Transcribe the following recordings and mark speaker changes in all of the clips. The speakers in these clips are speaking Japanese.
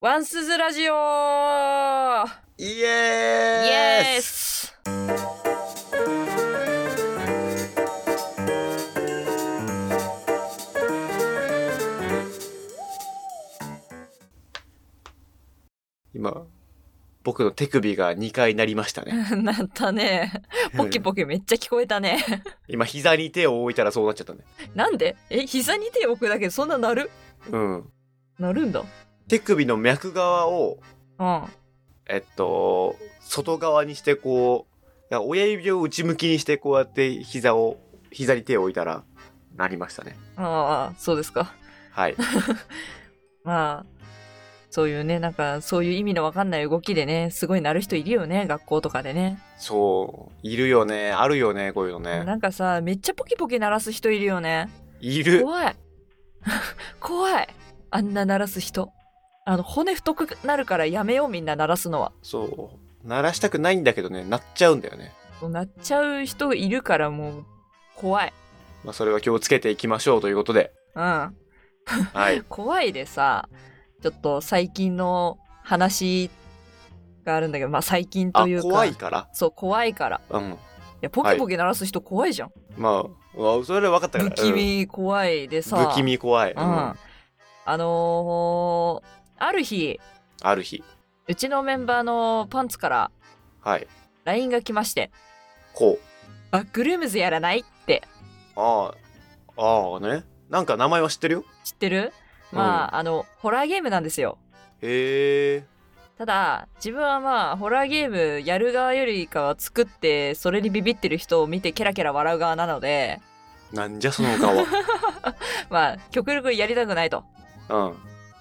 Speaker 1: ワンスズラジオー
Speaker 2: イ
Speaker 1: イ
Speaker 2: エー
Speaker 1: エ
Speaker 2: イ
Speaker 1: ース
Speaker 2: 今僕の手首が2回なりましたね
Speaker 1: なったね。ポキポキめっちゃ聞こえたね。
Speaker 2: 今膝に手を置いたらそうなっちゃったね
Speaker 1: なんでえ、膝に手を置くだけでそんななる
Speaker 2: うん
Speaker 1: なるんだ。うん。
Speaker 2: 手首の脈側を
Speaker 1: あ
Speaker 2: えっと外側にしてこう親指を内向きにしてこうやって膝を膝に手を置いたらなりましたね
Speaker 1: あ、そうですか。
Speaker 2: はい
Speaker 1: まあ、そういうね、なんかそういう意味のわかんない動きでね、すごいなる人いるよね、学校とかでね。
Speaker 2: そういるよねあるよねこういうのね
Speaker 1: なんかさ、めっちゃポキポキ鳴らす人いるよね。
Speaker 2: いる
Speaker 1: 怖い 怖いあんな鳴らす人あの骨太くなるからやめようみんな鳴らすのは
Speaker 2: そう鳴らしたくないんだけどね鳴っちゃうんだよね
Speaker 1: そう鳴っちゃう人いるからもう怖い
Speaker 2: まあそれは気をつけていきましょうということで
Speaker 1: うん
Speaker 2: はい
Speaker 1: 怖いでさちょっと最近の話があるんだけどまあ最近
Speaker 2: あ
Speaker 1: というか
Speaker 2: 怖いから
Speaker 1: そう怖いから
Speaker 2: うん
Speaker 1: いやポキポキ鳴らす人怖いじゃん、
Speaker 2: まあうわ、それは分かったから。
Speaker 1: 不気味怖いで
Speaker 2: うん
Speaker 1: さ
Speaker 2: 不気味怖い。う
Speaker 1: うんんあのー、ある日
Speaker 2: ある日。
Speaker 1: うちのメンバーのパンツから
Speaker 2: はい。
Speaker 1: LINE が来まして
Speaker 2: こう。
Speaker 1: バックルームズやらないって
Speaker 2: ああ。ああね。なんか名前は知ってるよ。
Speaker 1: 知ってるまあ、あのホラーゲームなんですよ
Speaker 2: へえ。
Speaker 1: ただ自分はまあホラーゲームやる側よりかは作ってそれにビビってる人を見てケラケラ笑う側なので
Speaker 2: なんじゃその顔
Speaker 1: まあ極力やりたくないと
Speaker 2: は。うん。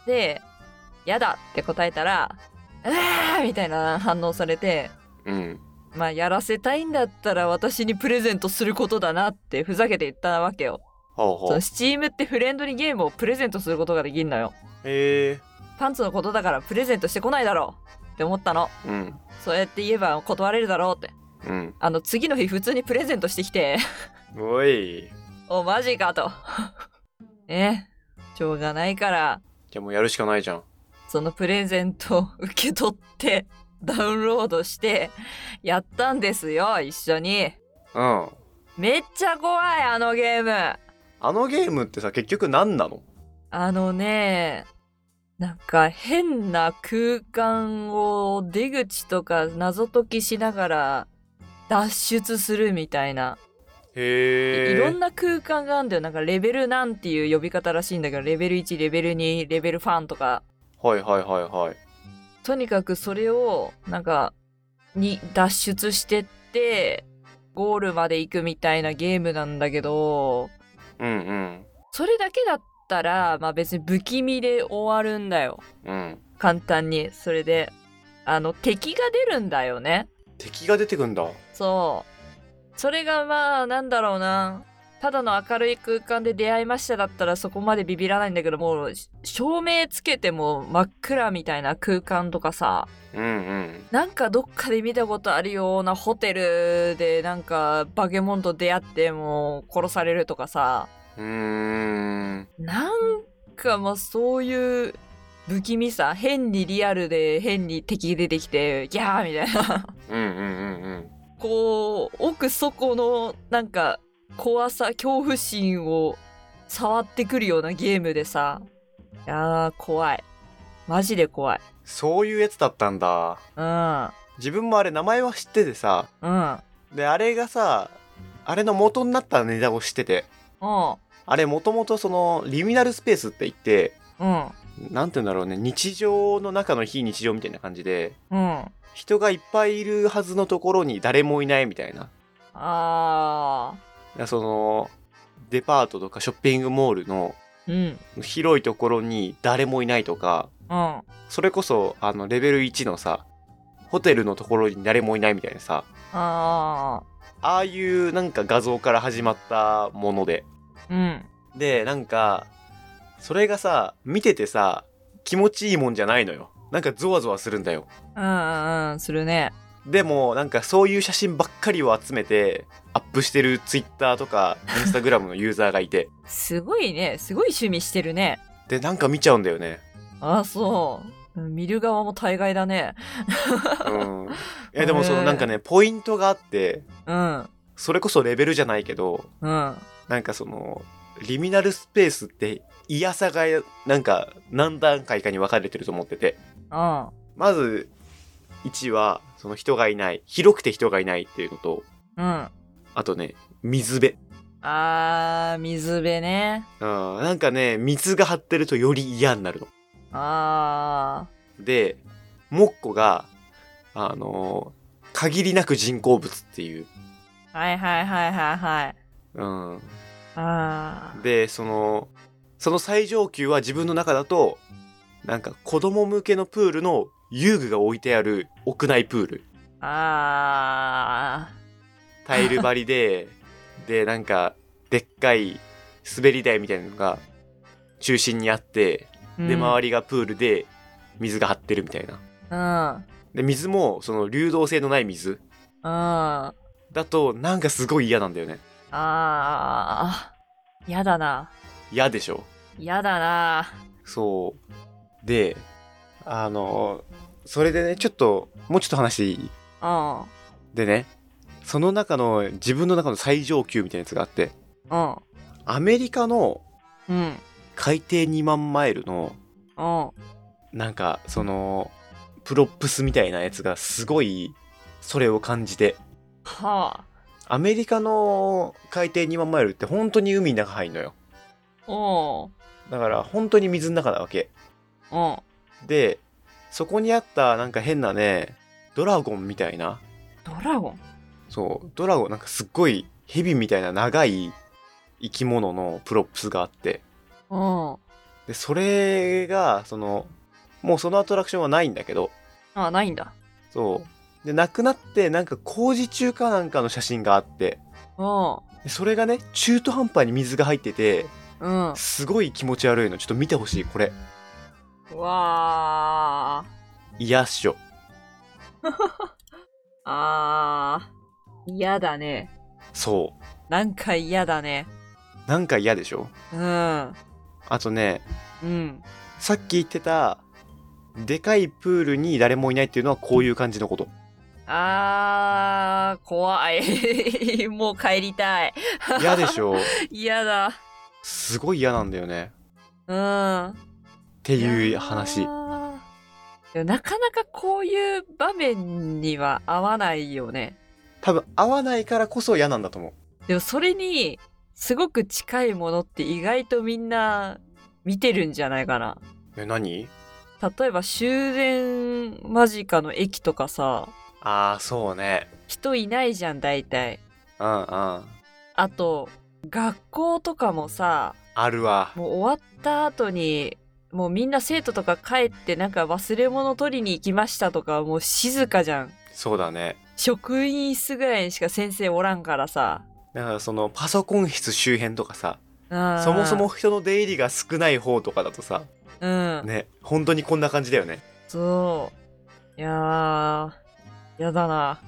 Speaker 1: で「やだ」って答えたら「うわー!」みたいな反応されて
Speaker 2: うん。
Speaker 1: まあやらせたいんだったら私にプレゼントすることだなってふざけて言ったわけよ
Speaker 2: ほう
Speaker 1: そ
Speaker 2: ほう
Speaker 1: の。Steam ってフレンドにゲームをプレゼントすることができんのよ
Speaker 2: へえ。
Speaker 1: パンツのことだからプレゼントしてこないだろうって思ったの
Speaker 2: うん。
Speaker 1: そうやって言えば断れるだろうって
Speaker 2: うん。
Speaker 1: あの次の日普通にプレゼントしてきて
Speaker 2: おい。
Speaker 1: おマジかとねしょうがないから
Speaker 2: じゃあもうやるしかないじゃん。
Speaker 1: そのプレゼントを 受け取ってダウンロードしてやったんですよ一緒に
Speaker 2: うん。
Speaker 1: めっちゃ怖いあのゲーム
Speaker 2: あのゲームってさ、結局何なの
Speaker 1: あのねなんか変な空間を出口とか謎解きしながら脱出するみたいな、
Speaker 2: へえ。
Speaker 1: いろんな空間があるんだよなんかレベルなんていう呼び方らしいんだけどレベル1レベル2レベルファンとか
Speaker 2: はいはいはいはい。
Speaker 1: とにかくそれをなんかに脱出してってゴールまで行くみたいなゲームなんだけど
Speaker 2: うん
Speaker 1: それだけだったらまあ別に不気味で終わるんだよ。
Speaker 2: うん。うん。
Speaker 1: 簡単にそれであの敵が出るんだよね
Speaker 2: 敵が出てくんだ。
Speaker 1: そうそれがまあなんだろうなただの明るい空間で出会いましただったらそこまでビビらないんだけどもう照明つけても真っ暗みたいな空間とかさ
Speaker 2: うんうん。
Speaker 1: なんかどっかで見たことあるようなホテルでなんかバケモンと出会ってもう殺されるとかさ
Speaker 2: うーん。
Speaker 1: なんかまあそういう不気味さ変にリアルで変に敵出てきてギャーみたいな
Speaker 2: うんうんうんうん。
Speaker 1: こう奥底のなんか怖さ恐怖心を触ってくるようなゲームでさいやー怖いマジで怖い
Speaker 2: そういうやつだったんだ。
Speaker 1: うん
Speaker 2: 自分もあれ名前は知っててさ
Speaker 1: うん
Speaker 2: であれがさあれの元になったネタを知ってて
Speaker 1: うん
Speaker 2: あれもともとそのリミナルスペースって言って
Speaker 1: うん
Speaker 2: なんて言うんだろうね日常の中の非日常みたいな感じで
Speaker 1: うん
Speaker 2: 人がいっぱいいるはずのところに誰もいないみたいなだか
Speaker 1: あ
Speaker 2: らそのデパートとかショッピングモールの
Speaker 1: ーうん
Speaker 2: 広いところに誰もいないとか
Speaker 1: うん
Speaker 2: それこそあのレベル1のさホテルのところに誰もいないみたいなさ
Speaker 1: あ
Speaker 2: ああいうなんか画像から始まったもので
Speaker 1: ーうん
Speaker 2: でなんかそれがさ見ててさ気持ちいいもんじゃないのよなんかゾワゾワするんだよ
Speaker 1: うんうんするね
Speaker 2: でもなんかそういう写真ばっかりを集めてアップしてるツイッターとかインスタグラムのユーザーがいて
Speaker 1: すごいねすごい趣味してるね
Speaker 2: でなんか見ちゃうんだよね
Speaker 1: あそううん見る側も大概だね。
Speaker 2: うん。いや、でもそのなんかね、ポイントがあって、
Speaker 1: うん。
Speaker 2: それこそレベルじゃないけど、
Speaker 1: うん。
Speaker 2: なんかその、リミナルスペースって、いやさが、なんか、何段階かに分かれてると思ってて。
Speaker 1: うん。
Speaker 2: まず、1は、その人がいない。広くて人がいないっていうのと、
Speaker 1: うん。
Speaker 2: あとね、水辺。
Speaker 1: あー、水辺ね。
Speaker 2: うん、なんかね、水が張ってるとより嫌になるの。
Speaker 1: あ
Speaker 2: で、モッコが、あのー限りなく人工物っていう。
Speaker 1: ー。はいはいはいはいはい。
Speaker 2: うん。
Speaker 1: あー。
Speaker 2: で、その、その最上級は自分の中だと、なんか子供向けのプールの遊具が置いてある屋内プール。
Speaker 1: あ
Speaker 2: タイル張りで、で、なんか、でっかい滑り台みたいなのが中心にあって、
Speaker 1: ー。
Speaker 2: で、周
Speaker 1: り。
Speaker 2: りがプールで水が張ってるみたい
Speaker 1: う
Speaker 2: な。
Speaker 1: ん。うん。
Speaker 2: で、水もその流動性のない水
Speaker 1: あ
Speaker 2: だとなんかすごい嫌なんだよね。
Speaker 1: ー。やだな。
Speaker 2: 嫌でしょ
Speaker 1: やだな。
Speaker 2: そう。で、あの、それでね、ちょっと、もうちょっと話していい
Speaker 1: うん。
Speaker 2: でね、その中の、自分の中の最上級みたいなやつがあって、
Speaker 1: うん。
Speaker 2: アメリカの
Speaker 1: うん。
Speaker 2: 海底2万マイルの、
Speaker 1: うん。
Speaker 2: なんか、その、プロップスみたいなやつがすごい、それを感じて、
Speaker 1: は
Speaker 2: アメリカの海底2万マイルって本当に海の中入んのよ。
Speaker 1: あ。おう。
Speaker 2: だから本当に水の中なわけ。
Speaker 1: うん。
Speaker 2: で、そこにあったなんか変なね、ドラゴンみたいな、
Speaker 1: ドラゴン
Speaker 2: そう、ドラゴン、なんかすっごい蛇みたいな長い生き物のプロップスがあって、
Speaker 1: うん。
Speaker 2: で、それが、その、もうそのアトラクションはないんだけど、
Speaker 1: あ、ないんだ。
Speaker 2: そう。で、亡くなって、なんか工事中かなんかの写真があって、
Speaker 1: うん。
Speaker 2: でそれがね、中途半端に水が入ってて、
Speaker 1: うん。
Speaker 2: すごい気持ち悪いの。ちょっと見てほしい、これ。
Speaker 1: うわ
Speaker 2: 嫌っしょ。
Speaker 1: ー。あー。嫌だね。
Speaker 2: そ
Speaker 1: なんか嫌だね。
Speaker 2: う。なんか嫌でしょ
Speaker 1: うん。
Speaker 2: あとね、
Speaker 1: うん。
Speaker 2: さっき言ってた、でかいプールに誰もいないっていうのはこういう感じのこと。
Speaker 1: あー、怖い。もう帰りたい。
Speaker 2: 嫌でし ょ
Speaker 1: 嫌だ。
Speaker 2: すごい嫌なんだよね。
Speaker 1: うん。っ
Speaker 2: って
Speaker 1: て
Speaker 2: いう話。
Speaker 1: なかなかこういう場面には合わないよね。
Speaker 2: 多分合わないからこそ嫌なんだと思う。
Speaker 1: でもそれにすごく近いものって意外とみんな見てるんじゃないかな。
Speaker 2: え、何
Speaker 1: 例えば終電間近の駅とかさ、
Speaker 2: ああ、そうね。
Speaker 1: 人いないじゃん大体。
Speaker 2: うんうん。
Speaker 1: あと、学校とかもさ、
Speaker 2: あるわ。
Speaker 1: もう終わった後に、もうみんな生徒とか帰ってなんか忘れ物取りに行きましたとかもう静かじゃん。
Speaker 2: そうだね。
Speaker 1: 職員室ぐらいにしか先生おらんからさ。
Speaker 2: だからそのパソコン室周辺とかさ、
Speaker 1: うん
Speaker 2: そもそも。人の出入りが少ない方とかだとさ、
Speaker 1: うん。
Speaker 2: ね、本当にこんな感じだよね。
Speaker 1: そう。いやー、やだな。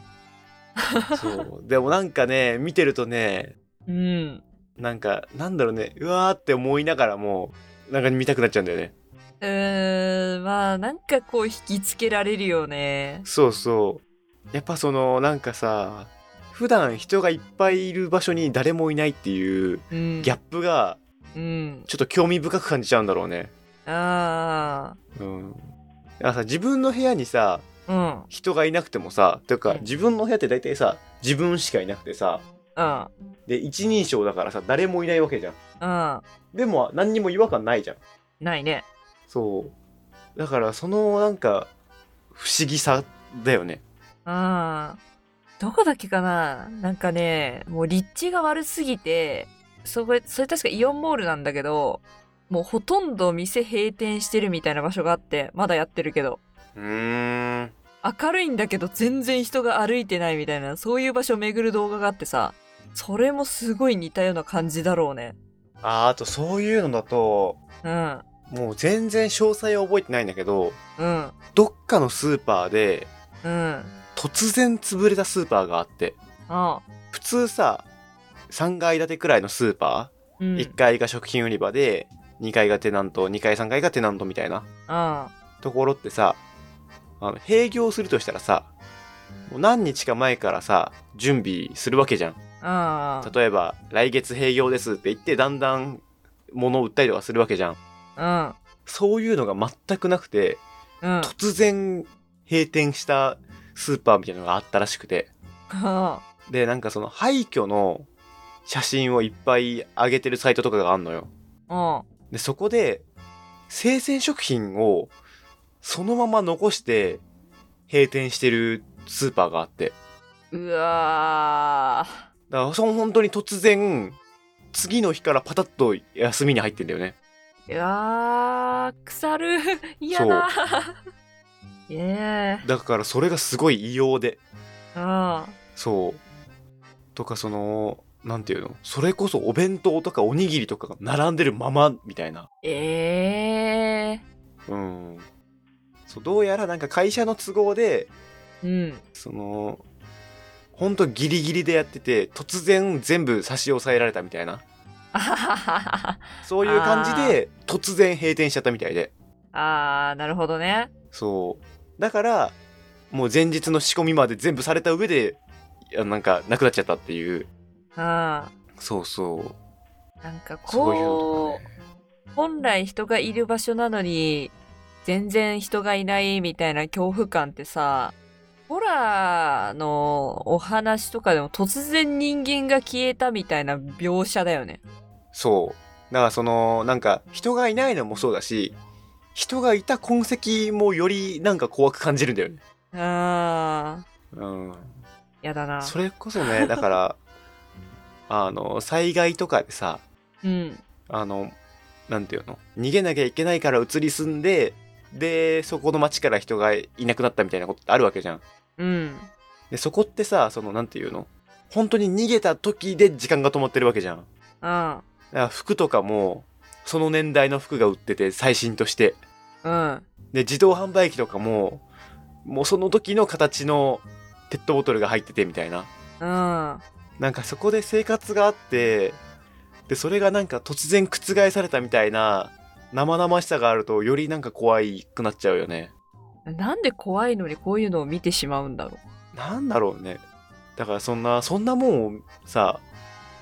Speaker 2: そう。でもなんかね、見てるとね、
Speaker 1: うん。
Speaker 2: なんか、なんだろうね、うわーって思いながらも、なんか見たくなっちゃうんだよね。
Speaker 1: うーん、まあなんかこう引きつけられるよね。
Speaker 2: そうそう。やっぱその、なんかさ、普段人がいっぱいいる場所に誰もいないっていう
Speaker 1: うん。
Speaker 2: ギャップが、
Speaker 1: うん。
Speaker 2: ちょっと興味深く感じちゃうんだろうね。
Speaker 1: あ
Speaker 2: うん。だからさ、自分の部屋にさ、
Speaker 1: あ。うん。
Speaker 2: 人がいなくてもさ、というか
Speaker 1: うん、
Speaker 2: 自分の部屋って大体さ、自分しかいなくてさ、
Speaker 1: うん。
Speaker 2: で、一人称だからさ、誰もいないわけじゃん。
Speaker 1: うん。
Speaker 2: でも、何にも違和感ないじゃん。
Speaker 1: ないね。
Speaker 2: そう。だから、その、なんか、不思議さだよね。
Speaker 1: うん。どこだっけかななんかね、もう立地が悪すぎて、そこ、それ確かイオンモールなんだけど、もうほとんど店閉店してるみたいな場所があって、まだやってるけど。
Speaker 2: うーん。
Speaker 1: 明るいんだけど全然人が歩いてないみたいな、そういう場所を巡る動画があってさ、それもすごい似たような感じだろうね。
Speaker 2: あー、あと、そういうのだと、
Speaker 1: うん。
Speaker 2: もう全然詳細は覚えてないんだけど、
Speaker 1: うん。
Speaker 2: どっかのスーパーで、
Speaker 1: うん。
Speaker 2: 突然潰れたスーパーがあって、
Speaker 1: あ
Speaker 2: 普通さ、3階建てくらいのスーパ
Speaker 1: う
Speaker 2: ー、
Speaker 1: ん。
Speaker 2: 1階が食品売り場で、2階がテナント、2階3階がテナントみたいな。
Speaker 1: あ
Speaker 2: ところってさあの閉業するとしたらさもう何日か前からさ準備するわけじゃん
Speaker 1: うん。
Speaker 2: 例えば来月閉業ですって言ってだんだん物を売ったりとかするわけじゃん
Speaker 1: うん。
Speaker 2: そういうのが全くなくて
Speaker 1: うん。
Speaker 2: 突然閉店したスーパーみたいなのがあったらしくてでなんかその廃墟の写真をいっぱい上げてるサイトとかがあんのよ
Speaker 1: うん。
Speaker 2: でそこで生鮮食品をそのまま残して閉店してるスーパーがあって
Speaker 1: うわ
Speaker 2: だからその本当に突然次の日からパタッと休みに入ってんだよね
Speaker 1: ー。うわー。腐る。嫌だ。いえ
Speaker 2: だからそれがすごい異様で
Speaker 1: ー。
Speaker 2: そうとかそのなんていうのそれこそお弁当とかおにぎりとかが並んでるままみたいな
Speaker 1: うん。え
Speaker 2: うんそうどうやらなんか会社の都合で
Speaker 1: ー。うん。
Speaker 2: そのほんとギリギリでやってて突然全部差し押さえられたみたいな
Speaker 1: あははは
Speaker 2: そういう感じで突然閉店しちゃったみたいで
Speaker 1: は。あー、なるほどね。
Speaker 2: そうだからもう前日の仕込みまで全部された上でいやなんかなくなっちゃったっていう
Speaker 1: うん。な
Speaker 2: そうそうん
Speaker 1: か
Speaker 2: そういうの
Speaker 1: こと
Speaker 2: かね
Speaker 1: う、本来人がいる場所なのに、全然人がいないみたいな恐怖感ってさ、ホラーのお話とかでも突然人間が消えたみたいな描写だよね。
Speaker 2: そうだからそのなんか人がいないのもそうだし人がいた痕跡もよりなんか怖く感じるんだよね
Speaker 1: あ
Speaker 2: うん
Speaker 1: ー、やだな。
Speaker 2: それこそねだからあの災害とかでさ
Speaker 1: うん。
Speaker 2: あのなんていうの逃げなきゃいけないから移り住んででそこの町から人がいなくなったみたいなことってあるわけじゃん
Speaker 1: うん。
Speaker 2: でそこってさそのなんていうの本当に逃げた時で時間が止まってるわけじゃん
Speaker 1: う
Speaker 2: だ
Speaker 1: ん。
Speaker 2: から服とかもその年代の服が売ってて最新として
Speaker 1: うん。
Speaker 2: で自動販売機とかももうその時の形のペットボトルが入っててみたいな
Speaker 1: うん。
Speaker 2: なんかそこで生活があってでそれがなんか突然覆されたみたいな生々しさがあるとよりなんか怖いくなっちゃうよね
Speaker 1: なんで怖いのにこういうのを見てしまうんだろ
Speaker 2: なんだろうねだからそんなそんなもんをさ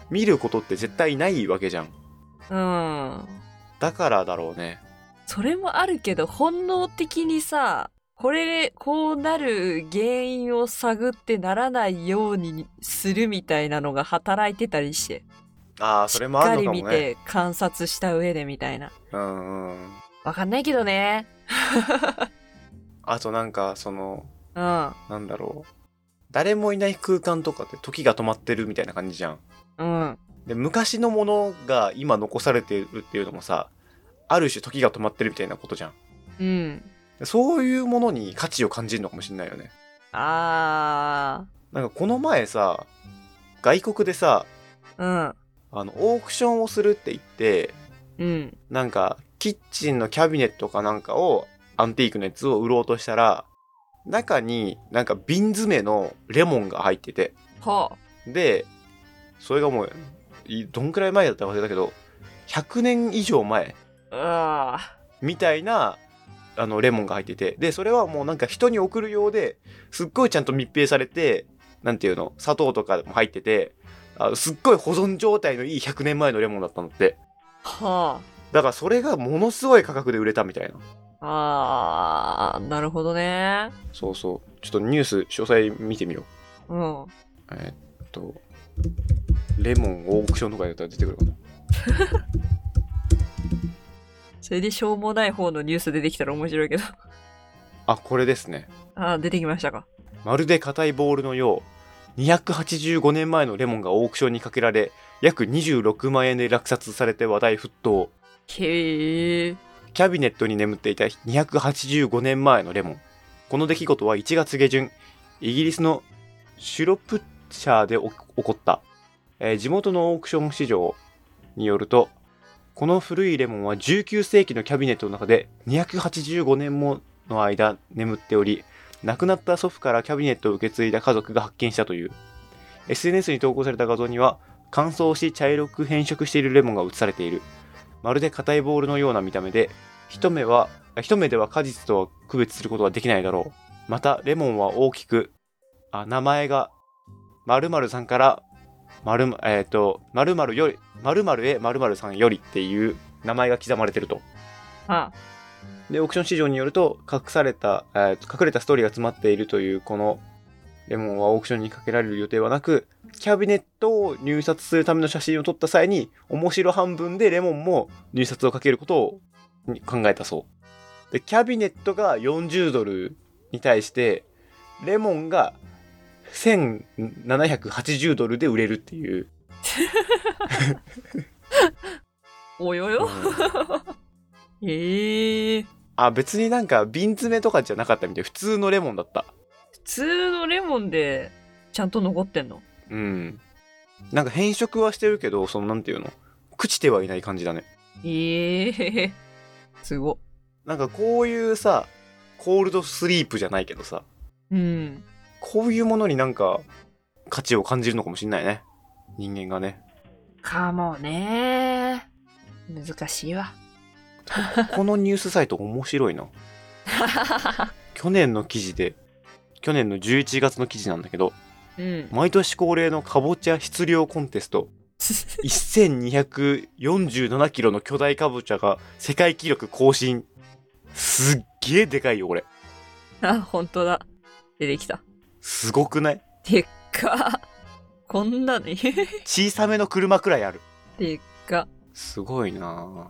Speaker 2: 見ることって絶対ないわけじゃん
Speaker 1: う。うん。
Speaker 2: だからだろうね
Speaker 1: それもあるけど、本能的にさ、これ、こうなる原因を探ってならないようにするみたいなのが働いてたりして。
Speaker 2: ああそれもあるのか
Speaker 1: しっ
Speaker 2: も
Speaker 1: かり
Speaker 2: ね
Speaker 1: 見て観察した上でみたいな。
Speaker 2: うんうん
Speaker 1: わかんないけどね。
Speaker 2: あとなんかその
Speaker 1: うん。
Speaker 2: なんだろう誰もいない空間とかって時が止まってるみたいな感じじゃん
Speaker 1: うん。
Speaker 2: で昔のものが今残されてるっていうのもさある種時が止まってるみたいなことじゃん
Speaker 1: うん。
Speaker 2: でそういうものに価値を感じるのかもしれないよね
Speaker 1: あ
Speaker 2: なんかこの前さ外国でさ
Speaker 1: ー。
Speaker 2: あのオークションをするって言って
Speaker 1: うん。うん。
Speaker 2: なんかキッチンのキャビネットかなんかをアンティークのやつを売ろうとしたら中になんか瓶詰めのレモンが入ってて
Speaker 1: ほ
Speaker 2: でそれがもういどんくらい前だったか忘れたけど100年以上前
Speaker 1: う。うわ
Speaker 2: みたいなあのレモンが入っててでそれはもうなんか人に送るようですっごいちゃんと密閉されてなんていうの砂糖とかも入っててあすっごい保存状態のいい100年前のレモンだったんだって
Speaker 1: ー。はあ。
Speaker 2: だからそれがものすごい価格で売れたみたいな
Speaker 1: あー、なるほどね。
Speaker 2: そうそうちょっとニュース詳細見てみよう
Speaker 1: うん。
Speaker 2: えーっとレモンオークションとかやったら出てくるかな
Speaker 1: それでしょうもない方のニュース出てきたら面白いけど。
Speaker 2: あこれですね
Speaker 1: あー、出てきましたか。
Speaker 2: まるで硬いボールのよう285年前のレモンがオークションにかけられ約26万円で落札されて話題沸騰
Speaker 1: へえ。
Speaker 2: キャビネットに眠っていた285年前のレモンこの出来事は1月下旬イギリスのシュロプシャーで起起こった、えー地元のオークション市場によるとこの古いレモンは19世紀のキャビネットの中で285年もの間眠っており亡くなった祖父からキャビネットを受け継いだ家族が発見したという SNS に投稿された画像には乾燥し茶色く変色しているレモンが写されているまるで硬いボールのような見た目で一目は一目では果実とは区別することができないだろうまたレモンは大きくあ名前が〇〇さんから〇〇えっ、と〇〇より〇〇へ〇〇さんよりっていう名前が刻まれてると
Speaker 1: はあ、
Speaker 2: でオークション市場によると隠された、えー隠れたストーリーが詰まっているというこのレモンはオークションにかけられる予定はなくキャビネットを入札するための写真を撮った際に面白半分でレモンも入札をかけることをに考えたそうでキャビネットが40ドルに対してレモンが1780ドルで売れるっていう、
Speaker 1: およよ。ええ
Speaker 2: あ別になんか瓶詰めとかじゃなかったみたい普通のレモンだった
Speaker 1: 普通のレモンでちゃんと残ってんの
Speaker 2: うん。なんか変色はしてるけど、そのなんていうの朽ちてはいない感じだね。
Speaker 1: ええすごっ。
Speaker 2: なんかこういうさ、コールドスリープじゃないけどさ、
Speaker 1: うん。
Speaker 2: こういうものになんか価値を感じるのかもしんないね。人間がね。
Speaker 1: かもね難しいわ。
Speaker 2: このニュースサイト面白いな。去年の記事で、去年の11月の記事なんだけど、
Speaker 1: うん。
Speaker 2: 毎年恒例のかぼちゃ質量コンテスト、1247キロの巨大かぼちゃが世界記録更新。すっげえでかいよ、これ。
Speaker 1: あ、本当だ。出てきた。
Speaker 2: すごくない
Speaker 1: でっか。こん なに
Speaker 2: 小さめの車くらいある。
Speaker 1: でっか。
Speaker 2: すごいなぁ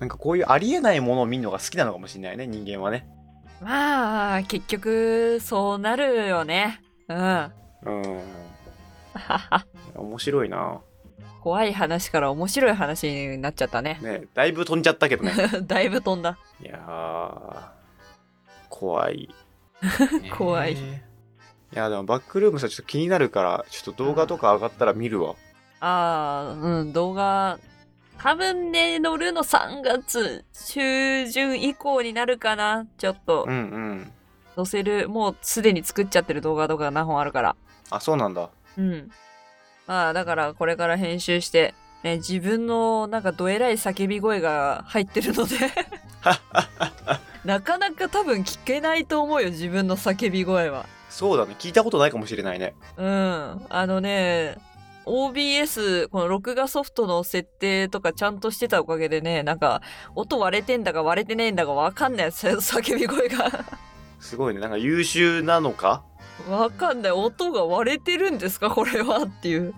Speaker 2: なんかこういうありえないものを見るのが好きなのかもしれないね、人間はね。
Speaker 1: まあ、結局、そうなるよね。うん。
Speaker 2: うん。面白いな
Speaker 1: 怖い話から面白い話になっちゃったね
Speaker 2: ぁ。ねだいぶ飛んじゃったけどね。
Speaker 1: だいぶ飛んだ。
Speaker 2: いやー怖 い。
Speaker 1: 怖い
Speaker 2: ねえいや、でもバックルームさ、ちょっと気になるから、ちょっと動画とか上がったら見るわ。
Speaker 1: ああ、うん、動画。多分ね、乗るの3月中旬以降になるかな。ちょっと
Speaker 2: うんうん。
Speaker 1: 載せる、もうすでに作っちゃってる動画とか何本あるから。
Speaker 2: あ、そうなんだ。
Speaker 1: うん。まあ、だからこれから編集して、ね、自分のなんかどえらい叫び声が入ってるのでなかなか多分聞けないと思うよ、自分の叫び声は。
Speaker 2: そうだね。聞いたことないかもしれないね。
Speaker 1: うん。あのね、OBS、この録画ソフトの設定とかちゃんとしてたおかげでね、なんか、音割れてんだか割れてねえんだかわかんない、 さ叫び声が。
Speaker 2: すごいね。なんか優秀なのか
Speaker 1: わかんない、音が割れてるんですか、これはっていう。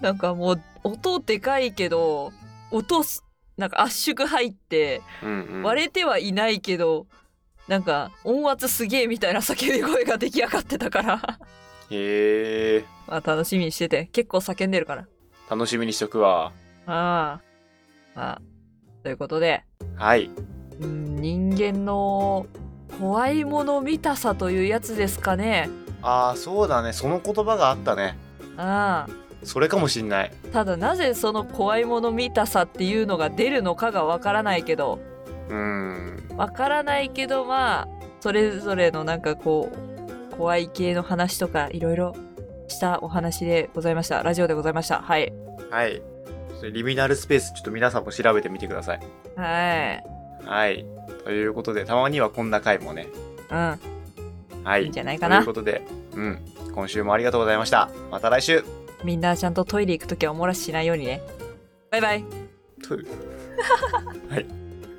Speaker 1: なんかもう、音でかいけど、音す、なんか圧縮入って、
Speaker 2: うん、うん。
Speaker 1: 割れてはいないけど、なんか音圧すげえみたいな叫び声が出来上がってたから。
Speaker 2: へえ、
Speaker 1: まあ楽しみにしてて、結構叫んでるから。
Speaker 2: 楽しみにしとくわ。
Speaker 1: ああ。まあ、ということで、
Speaker 2: はい。
Speaker 1: うん人間の怖いもの見たさというやつですかね。
Speaker 2: ああ、そうだね。その言葉があったね。
Speaker 1: あ
Speaker 2: それかもしんない。
Speaker 1: あ。ただなぜその怖いもの見たさっていうのが出るのかがわからないけど、
Speaker 2: うーん。
Speaker 1: わからないけどまあ、それぞれのなんかこう、怖い系の話とかいろいろしたお話でございました。ラジオでございました。はい。
Speaker 2: はい。それリミナルスペース、ちょっと皆さんも調べてみてください。
Speaker 1: はい。
Speaker 2: はい。ということで、たまにはこんな回もね。
Speaker 1: うん。
Speaker 2: はい
Speaker 1: い
Speaker 2: い。
Speaker 1: んじゃないかな
Speaker 2: ということで、うん。今週もありがとうございました。また来週
Speaker 1: みんなちゃんとトイレ行くときはお漏らししないようにね。バイバイ。
Speaker 2: という はい。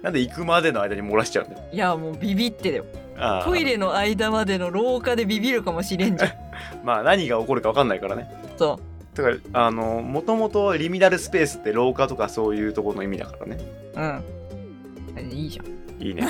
Speaker 2: なんで行くまでの間に漏らしちゃうんだよ。
Speaker 1: いや、もうビビってだよ。
Speaker 2: あー
Speaker 1: トイレの間までの廊下でビビるかもしれんじゃん。
Speaker 2: まあ、何が起こるか分かんないからね。
Speaker 1: そ
Speaker 2: だから、あの、もともとリミナルスペースって廊下とかそういうところの意味だからね。
Speaker 1: う。うん。いいじゃん。
Speaker 2: いいね。